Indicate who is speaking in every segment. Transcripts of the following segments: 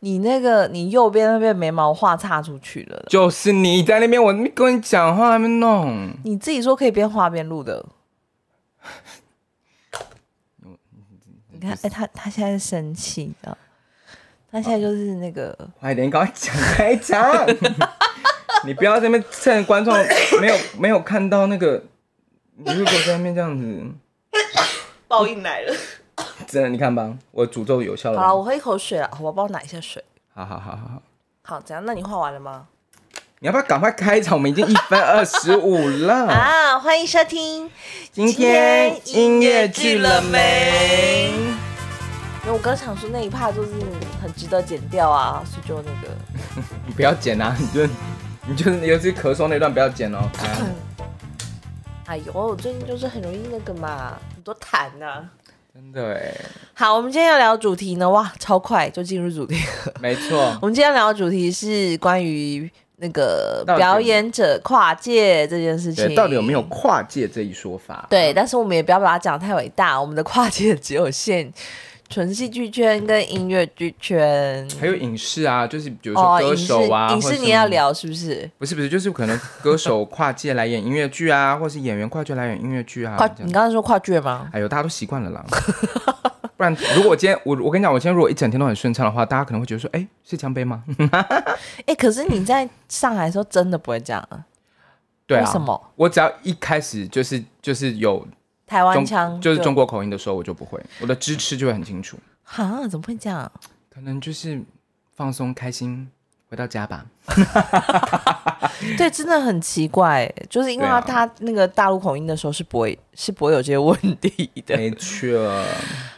Speaker 1: 你那个你右边那边眉毛画岔出去了，
Speaker 2: 就是你在那边，我没跟你讲话，还没弄。
Speaker 1: 你自己说可以边画边录的。嗯你看，哎、他他现在是生气的，他现在就是那个，
Speaker 2: 快点，赶快讲，快讲！你不要在那边趁观众没有没有看到那个，你如果在那边这样子，
Speaker 3: 报应来了。
Speaker 2: 真的，你看吧，我诅咒有效了
Speaker 1: 好了，
Speaker 2: 吧。
Speaker 1: 我喝一口水了，好吧，帮我拿一下水。
Speaker 2: 好好好好好，
Speaker 1: 好，怎样？那你画完了吗？
Speaker 2: 你要不要赶快开场？我们已经一分二十五 了。
Speaker 1: 啊，欢迎收听。
Speaker 2: 今天音乐剧了没？
Speaker 1: 因为我刚想说那一趴就是很值得剪掉啊，所以就那个，
Speaker 2: 你不要剪啊！你就你就是尤其咳嗽那段不要剪哦。来
Speaker 1: 哎呦，我最近就是很容易那个嘛，很多痰呐、
Speaker 2: 真的哎，
Speaker 1: 好，我们今天要聊的主题呢，哇，超快就进入主题了。
Speaker 2: 没错。
Speaker 1: 我们今天聊的主题是关于那个
Speaker 2: 到底有
Speaker 1: 表演者跨界这件事情
Speaker 2: 对，，到底有没有？跨界这一说法？
Speaker 1: 对，但是我们也不要把它讲得太伟大，我们的跨界只有限纯戏剧圈跟音乐剧圈。
Speaker 2: 还有影视啊，就是比如说
Speaker 1: 哦，
Speaker 2: 歌
Speaker 1: 影视
Speaker 2: 手啊，
Speaker 1: 影
Speaker 2: 或
Speaker 1: 视
Speaker 2: 者
Speaker 1: 你
Speaker 2: 什么
Speaker 1: 要聊是不是？
Speaker 2: 不是不是，就是可能歌手跨界来演音乐剧啊，或是演员跨界来演音乐剧啊。
Speaker 1: 跨，嗯
Speaker 2: 这
Speaker 1: 你
Speaker 2: 样
Speaker 1: 刚刚说跨界吗？
Speaker 2: 哎呦，大家都习惯 了啦。不然，如果我今天我我跟你讲，我今天如果一整天都很顺畅的话，大家可能会觉得说，哎，是江杯 吗？
Speaker 1: 哎、可是你在上海的时候真的不会这样啊？
Speaker 2: 对啊。
Speaker 1: 为什？么？
Speaker 2: 我只要一开始就是就是有
Speaker 1: 台湾腔
Speaker 2: 中就是中国口音的时候，我就不会，
Speaker 1: 嗯
Speaker 2: 我的支持就会很清楚。
Speaker 1: 哈？怎么会这样？啊
Speaker 2: 可能就是放松开心回到家吧。
Speaker 1: 对，真的很奇怪，就是因为
Speaker 2: 对啊
Speaker 1: 他他那个大陆口音的时候是不会是不会有这些问题的。
Speaker 2: 没错，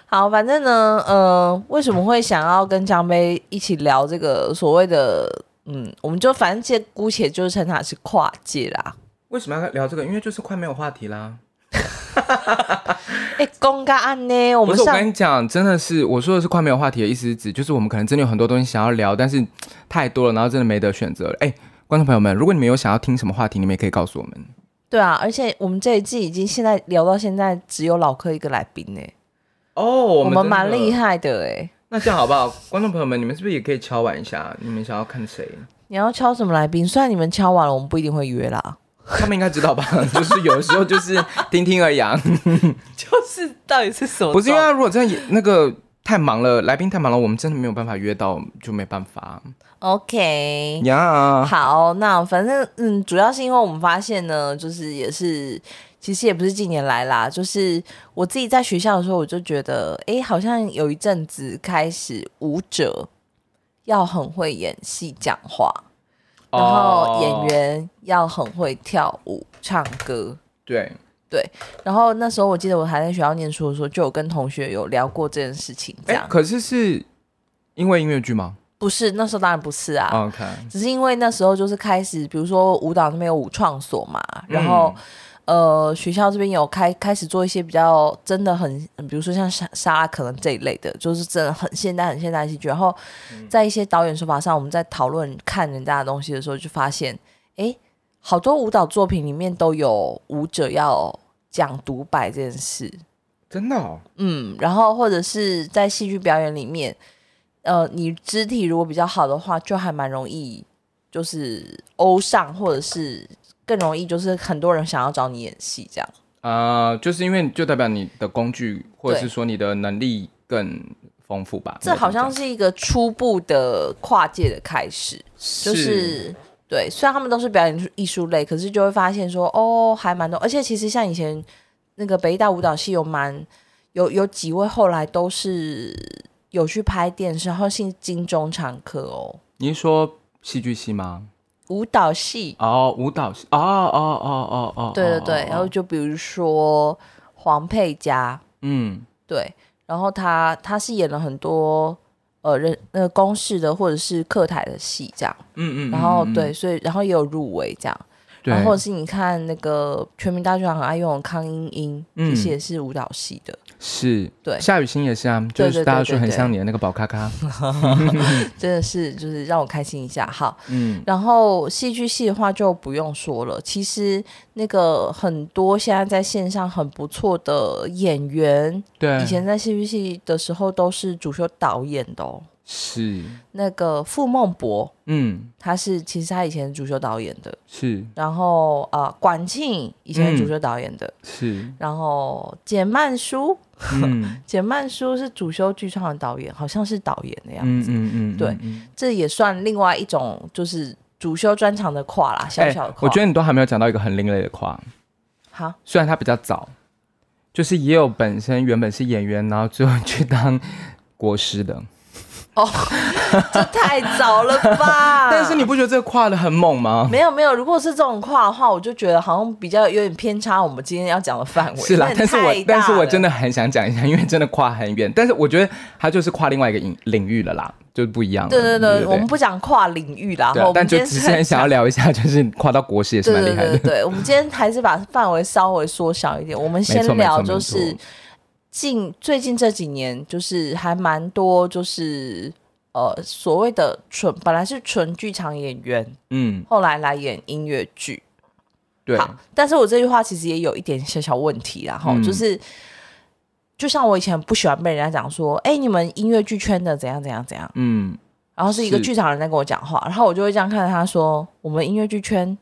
Speaker 1: 好，反正呢，呃，为什么会想要跟江杯一起聊这个所谓的，嗯，我们就反正这姑且就称它是跨界啦。
Speaker 2: 为什么要聊这个？因为就是快没有话题啦。
Speaker 1: 哎，公干案呢？我
Speaker 2: 不
Speaker 1: 们
Speaker 2: 是，我
Speaker 1: 上
Speaker 2: 跟你讲，真的是我说的是快没有话题的意思是指，就是我们可能真的有很多东西想要聊，但是哎太多了，然后真的没得选择了。哎，观众朋友们，如果你们有想要听什么话题，你们也可以告诉我们。
Speaker 1: 对啊，而且我们这一季已经现在聊到现在只有老柯一个来宾呢、
Speaker 2: 哦，我
Speaker 1: 我们蛮厉
Speaker 2: 害。
Speaker 1: 害的哎、
Speaker 2: 那这样好不好？观众朋友们，你们是不是也可以敲碗一下？你们想要看谁？
Speaker 1: 你要敲什么来宾？虽然你们敲完了，我们不一定会约啦。
Speaker 2: 他们应该知 道吧？就是有的时候就是听听而已啊。
Speaker 1: 就是到底是什么
Speaker 2: 不是因为如果真的也那个太忙了，来宾太忙了，我们真的没有办法约到，就没办法
Speaker 1: OK。
Speaker 2: 呀。
Speaker 1: 好，那反正嗯，主要是因为我们发现呢，就是也是，其实也不是近年来啦，就是我自己在学校的时候，我就觉得，诶，好像有一阵子开始舞者要很会演戏、讲话，然后演
Speaker 2: 哦
Speaker 1: 员要很会跳舞、唱歌。
Speaker 2: 对，
Speaker 1: 然后那时候我记得我还在学校念书的时候，就有跟同学有聊过这件事情，这
Speaker 2: 哎
Speaker 1: 样、
Speaker 2: 可是是因为音乐剧吗
Speaker 1: 不是那时候当然不是啊，
Speaker 2: ？OK，
Speaker 1: 只是因为那时候就是开始，比如说舞蹈那边有舞创所嘛，然后、呃学校这边有开开始做一些比较真的很，比如说像沙沙拉可能这一类的，就是真的很现代很现代戏剧。然后在一些导演手法上，我们在讨论看人家的东西的时候，就发现诶，好多舞蹈作品里面都有舞者要讲独白这件事。
Speaker 2: 真的哦。
Speaker 1: 嗯，然后或者是在戏剧表演里面，呃，你肢体如果比较好的话，就还蛮容易就是欧上，或者是更容易就是很多人想要找你演戏这样。
Speaker 2: 啊、就是因为就代表你的工具或者
Speaker 1: 对
Speaker 2: 是说你的能力更丰富吧。
Speaker 1: 这好像
Speaker 2: 是
Speaker 1: 是一个初步的跨界的开始，就是是对，虽然他们都是表演艺术类，可是就会发现说哦，还蛮多，而且其实像以前那个北艺大舞蹈系有蛮有有几位后来都是有去拍电视，然后进金钟常客哦。
Speaker 2: 你是说戏剧系吗？
Speaker 1: 舞蹈系，
Speaker 2: 哦，舞蹈系。哦哦哦哦哦。
Speaker 1: 对对
Speaker 2: 哦
Speaker 1: 对，
Speaker 2: 哦
Speaker 1: 然后就比如说黄佩嘉，
Speaker 2: 嗯，
Speaker 1: 对，然后他他是演了很多呃人那个公式的或者是客台的戏这样，
Speaker 2: 嗯嗯嗯，
Speaker 1: 然后
Speaker 2: 嗯，
Speaker 1: 对，所以然后也有入围这样，
Speaker 2: 对
Speaker 1: 然后或者是你看那个全民大剧场很爱用的康英英，其
Speaker 2: 嗯
Speaker 1: 实也是舞蹈系的，
Speaker 2: 是，
Speaker 1: 对
Speaker 2: 夏雨欣也是啊，
Speaker 1: 对
Speaker 2: 就
Speaker 1: 对
Speaker 2: 是大家
Speaker 1: 对
Speaker 2: 说
Speaker 1: 对
Speaker 2: 很
Speaker 1: 对
Speaker 2: 像你的那个宝咖咖，
Speaker 1: 真的是就是让我开心一下，好，
Speaker 2: 嗯，
Speaker 1: 然后戏剧系的话就不用说了，其实那个很多现在在线上很不错的演员，
Speaker 2: 对，
Speaker 1: 以前在戏剧系的时候都是主修导演的哦，
Speaker 2: 是，
Speaker 1: 那个傅孟博，
Speaker 2: 嗯，
Speaker 1: 他是其实他以前是主修导演的，
Speaker 2: 是
Speaker 1: 然后啊、呃管庆以前是主
Speaker 2: 嗯
Speaker 1: 修导演的，
Speaker 2: 是，
Speaker 1: 然后简曼书，
Speaker 2: 嗯
Speaker 1: 简曼书是主修剧创的导演，好像是导演的样
Speaker 2: 嗯
Speaker 1: 子，
Speaker 2: 嗯嗯，
Speaker 1: 对
Speaker 2: 嗯嗯
Speaker 1: 这也算另外一种就是主修专长的跨啦，小
Speaker 2: 哎
Speaker 1: 小的跨。
Speaker 2: 我觉得你都还没有讲到一个很另类的跨，
Speaker 1: 好，
Speaker 2: 虽然他比较早，就是也有本身原本是演员，然后最后去当国师 的。
Speaker 1: 哦这太早了吧？
Speaker 2: 但是你不觉得这个跨的很猛吗？
Speaker 1: 没有没有，如果是这种跨的话，我就觉得好像比较有点偏差我们今天要讲的范围。
Speaker 2: 是啦
Speaker 1: 有，点
Speaker 2: 但是我
Speaker 1: 太大
Speaker 2: 但是我真
Speaker 1: 了
Speaker 2: 的很想讲一下，因为真的跨很远，但是我觉得他就是跨另外一个领领域了啦，就不一样了。
Speaker 1: 对对对，
Speaker 2: 对，
Speaker 1: 我们不讲跨领域啦，
Speaker 2: 对啊
Speaker 1: 哈我
Speaker 2: 但
Speaker 1: 们今
Speaker 2: 就
Speaker 1: 天
Speaker 2: 只是很想要聊一下，就是跨到国师也是
Speaker 1: 对
Speaker 2: 蛮厉
Speaker 1: 对
Speaker 2: 害
Speaker 1: 对对
Speaker 2: 的。
Speaker 1: 对，我们今天还是把范围稍微缩小一点，我们
Speaker 2: 没
Speaker 1: 先
Speaker 2: 错没
Speaker 1: 聊
Speaker 2: 错
Speaker 1: 就
Speaker 2: 没
Speaker 1: 是
Speaker 2: 错
Speaker 1: 近最近这几年，就是还蛮多就是呃所谓的纯本来是纯剧场演员，
Speaker 2: 嗯，
Speaker 1: 后来来演音乐剧。
Speaker 2: 对，
Speaker 1: 好，但是我这句话其实也有一点小小问题啦，哈、
Speaker 2: 嗯
Speaker 1: 就是就像我以前不喜欢被人家讲说，哎、你们音乐剧圈的怎样怎样怎样，
Speaker 2: 嗯，
Speaker 1: 然后是一个
Speaker 2: 是
Speaker 1: 剧场人在跟我讲话，然后我就会这样看着他说，我们音乐剧圈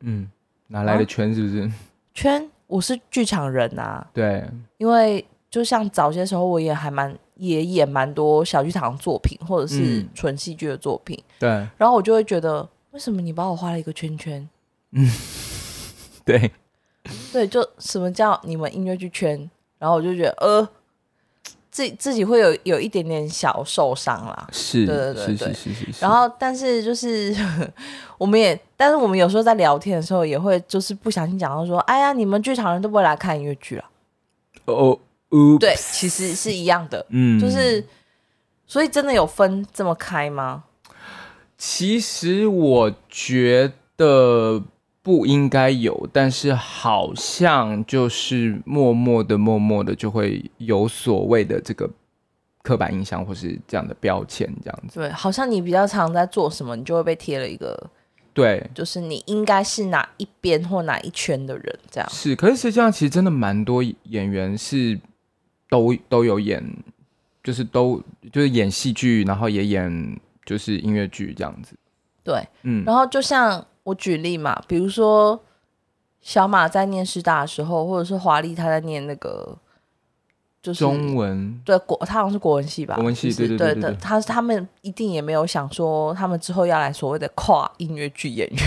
Speaker 2: 嗯，哪来
Speaker 1: 啊
Speaker 2: 的圈是不是？
Speaker 1: 圈我是剧场人啊，
Speaker 2: 对，
Speaker 1: 因为就像早些时候我也还蛮也演蛮多小剧场作品或者是
Speaker 2: 嗯
Speaker 1: 纯戏剧的作品，
Speaker 2: 对，
Speaker 1: 然后我就会觉得为什么你把我画了一个圈圈？
Speaker 2: 对，
Speaker 1: 对，就什么叫你们音乐剧圈？然后我就觉得呃，自自己会有有一点点小受伤啦。
Speaker 2: 是，
Speaker 1: 对对对
Speaker 2: 是是是是是。
Speaker 1: 然后，但是就是 我们也，但是我们有时候在聊天的时候，也会就是不小心讲到说，哎呀，你们剧场人都不会来看音乐剧了。
Speaker 2: 哦，哦
Speaker 1: 对，其实是一样的，
Speaker 2: 嗯
Speaker 1: 就是，所以真的有分这么开吗？
Speaker 2: 其实我觉得不应该有，但是好像就是默默的、默默的就会有所谓的这个刻板印象或是这样的标签，这样子。
Speaker 1: 对，好像你比较常在做什么，你就会被贴了一个，
Speaker 2: 对，
Speaker 1: 就是你应该是哪一边或哪一圈的人这样。
Speaker 2: 是。可是实际上，其实真的蛮多演员是都都有演，就是都就是演戏剧，然后也演就是音乐剧这样子。
Speaker 1: 对，
Speaker 2: 嗯，
Speaker 1: 然后就像我举例嘛，比如说小马在念师大的时候，或者是华丽她在念那个，就是
Speaker 2: 中文
Speaker 1: 对国，她好像是国文系吧，
Speaker 2: 国文系
Speaker 1: 就是
Speaker 2: 对对
Speaker 1: 对
Speaker 2: 对对对
Speaker 1: 他他们一定也没有想说他们之后要来所谓的跨音乐剧演员，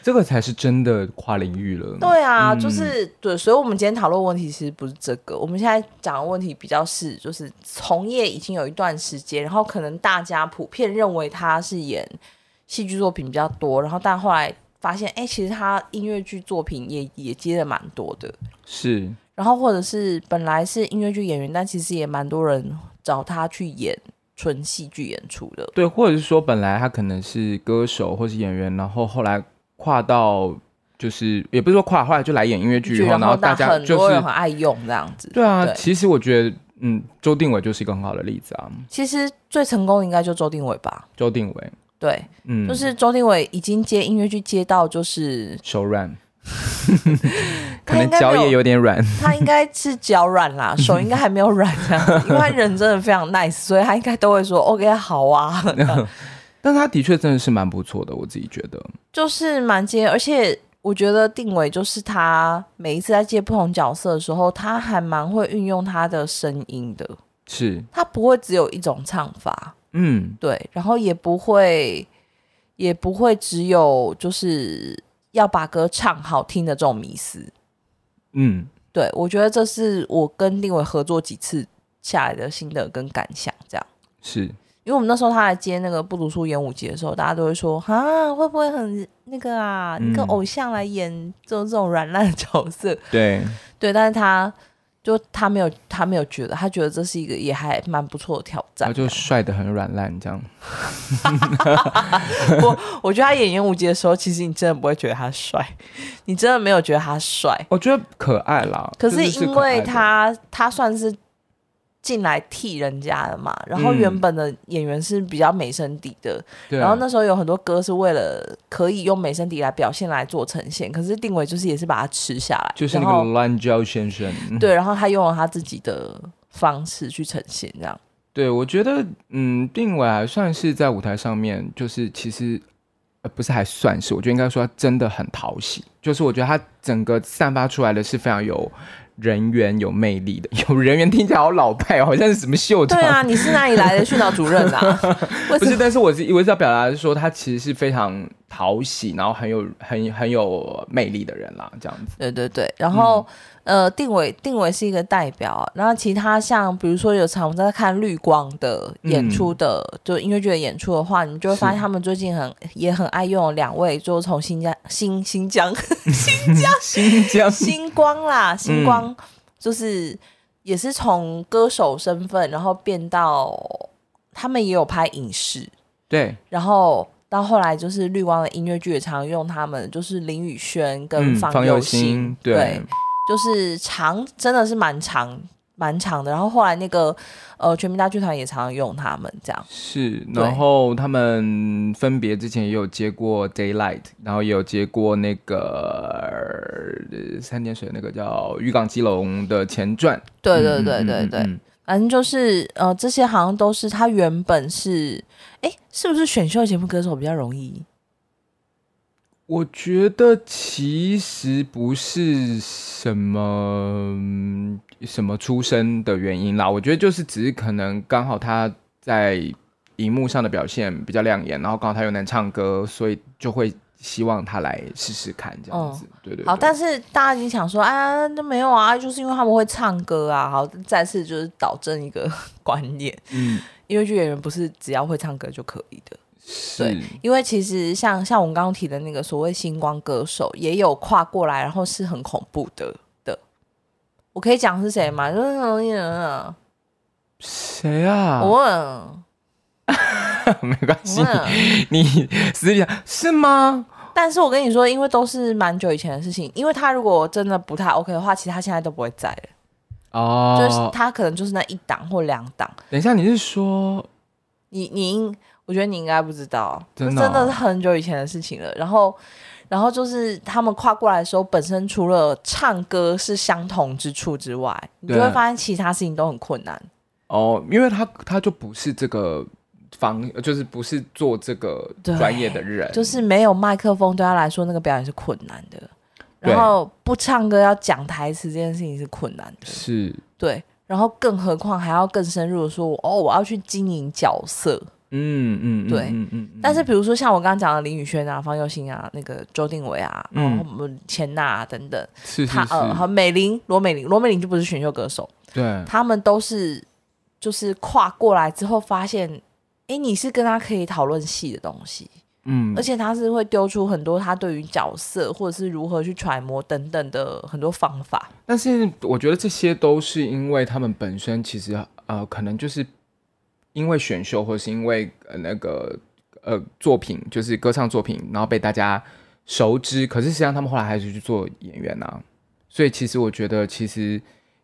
Speaker 2: 这个才是真的跨领域了。
Speaker 1: 对啊，就
Speaker 2: 嗯
Speaker 1: 是对，所以我们今天讨论的问题其实不是这个，我们现在讲的问题比较是就是从业已经有一段时间，然后可能大家普遍认为他是演戏剧作品比较多，然后但后来发现，哎，其实他音乐剧作品也也接的蛮多的，
Speaker 2: 是。
Speaker 1: 然后或者是本来是音乐剧演员，但其实也蛮多人找他去演纯戏剧演出的，
Speaker 2: 对，或者是说本来他可能是歌手或是演员，然后后来跨到就是也不是说跨，后来就来演音乐剧以后，
Speaker 1: 然
Speaker 2: 然后大
Speaker 1: 但
Speaker 2: 家
Speaker 1: 很
Speaker 2: 就
Speaker 1: 多人
Speaker 2: 是
Speaker 1: 很爱用这样子，
Speaker 2: 对啊。
Speaker 1: 对
Speaker 2: 其实我觉得，嗯，周定伟就是一个很好的例子啊。
Speaker 1: 其实最成功的应该就周定伟吧，
Speaker 2: 周定伟，
Speaker 1: 对。
Speaker 2: 嗯，
Speaker 1: 就是周定伟已经接音乐剧接到，就是
Speaker 2: 手软，
Speaker 1: 他
Speaker 2: 可
Speaker 1: 应
Speaker 2: 能
Speaker 1: 该
Speaker 2: 脚
Speaker 1: 没
Speaker 2: 也
Speaker 1: 有，
Speaker 2: 有点软，
Speaker 1: 他应该是脚软 啦，手应该还没有软这样子，因为他人真的非常 nice，所以他应该都会说 OK 好 啊，
Speaker 2: 但他的确真的是蛮不错的，我自己觉得。
Speaker 1: 就是蛮接，而且。我觉得定伟就是他每一次在接不同角色的时候，他还蛮会运用他的声音的，
Speaker 2: 是，
Speaker 1: 他不会只有一种唱法，
Speaker 2: 嗯，
Speaker 1: 对，然后也不会也不会只有就是要把歌唱好听的这种迷思，
Speaker 2: 嗯，
Speaker 1: 对，我觉得这是我跟定伟合作几次下来的心得跟感想，这样。
Speaker 2: 是，
Speaker 1: 因为我们那时候他来接那个不读书演舞节的时候，大家都会说啊，会不会很那个啊，一个
Speaker 2: 嗯
Speaker 1: 偶像来演这这种软烂的角色？
Speaker 2: 对，
Speaker 1: 对，但是他就他没有他没有觉得，他觉得这是一个也还蛮不错的挑
Speaker 2: 他
Speaker 1: 战。
Speaker 2: 就帅的很软烂这样。
Speaker 1: 我觉得他演演舞节的时候，其实你真的不会觉得他帅，你真的没有觉得他帅，
Speaker 2: 我觉得可爱啦，
Speaker 1: 可
Speaker 2: 就是是
Speaker 1: 因
Speaker 2: 可爱
Speaker 1: 为
Speaker 2: 的
Speaker 1: 他他算是进来替人家的嘛，然后
Speaker 2: 嗯
Speaker 1: 原本的演员是比较美声底的，
Speaker 2: 对啊
Speaker 1: 然后那时候有很多歌是为了可以用美声底来表现来做呈现，可是定伟就是也是把它吃下来，
Speaker 2: 就是那
Speaker 1: 然
Speaker 2: 个
Speaker 1: 后
Speaker 2: 乱教先生，
Speaker 1: 对，然后他用了他自己的方式去呈现这样。
Speaker 2: 对，我觉得，嗯，定伟还算是在舞台上面，就是其实，呃，不是还算是，我觉得应该说他真的很讨喜。就是我觉得他整个散发出来的是非常有人缘、有魅力的。 有人缘听起来好老派哦，好像是什么秀场。
Speaker 1: 对啊，你是哪里来的训导主任啊？ 为什
Speaker 2: 不是，
Speaker 1: 么？
Speaker 2: 但是我是我是要表达的是说，他其实是非常讨喜，然后很有很很有魅力的人啦，这样子。
Speaker 1: 对对对，然后、
Speaker 2: 嗯
Speaker 1: 呃，定伟定伟是一个代表啊，然后其他像比如说有常在看绿光的演出的，就音乐剧的演出的话，你就会发现
Speaker 2: 嗯是
Speaker 1: 他们最近很也很爱用两位，就是从新疆新新疆
Speaker 2: 新疆，
Speaker 1: 星光
Speaker 2: 嗯
Speaker 1: 啦，星光、就是也是从歌手身份，然后变到他们也有拍影视，
Speaker 2: 对，
Speaker 1: 然后到后来就是绿光的音乐剧也常用他们，就是林宇轩跟
Speaker 2: 嗯，
Speaker 1: 方
Speaker 2: 佑
Speaker 1: 佑
Speaker 2: 兴
Speaker 1: 兴，，
Speaker 2: 对，
Speaker 1: 就是长真的是蛮长蛮长的。然后后来那个呃全民大剧团也常用他们这样，
Speaker 2: 是，
Speaker 1: 对
Speaker 2: 然后他们分别之前也有接过 Daylight，然后也有接过那个呃三点水那个叫《渔港基隆》的前传。
Speaker 1: 对对
Speaker 2: 嗯
Speaker 1: 对
Speaker 2: 嗯
Speaker 1: 对
Speaker 2: 嗯
Speaker 1: 对，
Speaker 2: 嗯
Speaker 1: 反正就是呃这些好像都是他原本是。哎，是不是选秀节目歌手比较容易？
Speaker 2: 我觉得其实不是什么嗯什么出身的原因啦，我觉得就是只是可能刚好他在荧幕上的表现比较亮眼，然后刚好他又能唱歌，所以就会希望他来试试看这样
Speaker 1: 哦
Speaker 2: 子。对对
Speaker 1: 好，
Speaker 2: 对
Speaker 1: 但是大家已经想说，啊，那没有啊，就是因为他们会唱歌啊。好，再次就是导正一个观念，
Speaker 2: 嗯。
Speaker 1: 音乐剧演员不是只要会唱歌就可以的。
Speaker 2: 是
Speaker 1: 对，因为其实像像我们刚刚提的那个所谓星光歌手，也有跨过来，然后是很恐怖的的。我可以讲是谁吗？就是那种人，
Speaker 2: 谁啊？
Speaker 1: 我问，
Speaker 2: 没关系
Speaker 1: 我，问。
Speaker 2: 你私底下是吗？
Speaker 1: 但是我跟你说，因为都是蛮久以前的事情，因为他如果真的不太 OK 的话，其实他现在都不会在了，就是
Speaker 2: 哦，
Speaker 1: 他可能就是那一档或两档。
Speaker 2: 等一下，你是说
Speaker 1: 你你应，我觉得你应该不知道，
Speaker 2: 真
Speaker 1: 那
Speaker 2: 的
Speaker 1: 真
Speaker 2: 哦
Speaker 1: 的是很久以前的事情了。然后，然后就是他们跨过来的时候，本身除了唱歌是相同之处之外，你就
Speaker 2: 对啊
Speaker 1: 会发现其他事情都很困难。
Speaker 2: 哦？因为他他就不是这个方，就是不是做这个
Speaker 1: 对
Speaker 2: 专业的人，
Speaker 1: 就是没有麦克风对他来说，那个表演是困难的。
Speaker 2: 对
Speaker 1: 然后不唱歌要讲台词这件事情是困难的，
Speaker 2: 是
Speaker 1: 对。然后更何况还要更深入的说，哦，我要去经营角色。
Speaker 2: 嗯嗯，嗯
Speaker 1: 对
Speaker 2: 嗯嗯嗯
Speaker 1: 但是比如说像我刚刚讲的林宇轩啊、方佑兴啊、那个周定伟啊、
Speaker 2: 嗯
Speaker 1: 然后我们钱娜、啊、等等，
Speaker 2: 是是
Speaker 1: 他呃和
Speaker 2: 是，嗯
Speaker 1: 美玲、罗美玲、罗美玲就不是选秀歌手，
Speaker 2: 对，
Speaker 1: 他们都是就是跨过来之后发现，诶，你是跟他可以讨论戏的东西，
Speaker 2: 嗯
Speaker 1: 而，且他是会丢出很多他对于角色或者是如何去揣摩等等的很多方法。
Speaker 2: 但是我觉得这些都是因为他们本身其实呃，可能就是因为选秀或是因为、呃、那个呃作品，就是歌唱作品，然后被大家熟知。可是实际上他们后来还是去做演员呐、所以其实我觉得其实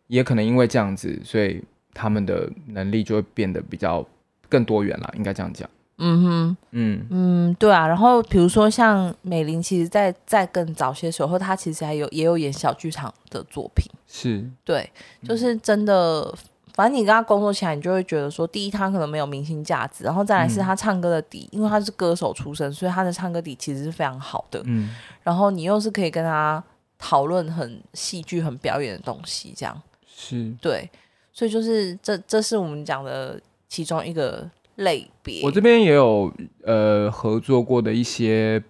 Speaker 2: 也可能因为这样子，所以他们的能力就会变得比较更多元啦，应该这样讲。
Speaker 1: 嗯哼，
Speaker 2: 嗯，
Speaker 1: 嗯，对啊。然后比如说像美玲，其实在在更早些时候，她其实还有也有演小剧场的作品。
Speaker 2: 是，
Speaker 1: 对，
Speaker 2: 嗯
Speaker 1: 就是真的，反正你跟他工作起来，你就会觉得说，第一他可能没有明星价值，然后再来是
Speaker 2: 嗯
Speaker 1: 他唱歌的底，因为他是歌手出身，所以他的唱歌底其实是非常好的。
Speaker 2: 嗯，
Speaker 1: 然后你又是可以跟他讨论很戏剧、很表演的东西，这样
Speaker 2: 是。
Speaker 1: 对，所以就是这这是我们讲的其中一个类别。
Speaker 2: 我这边也有呃合作过的一些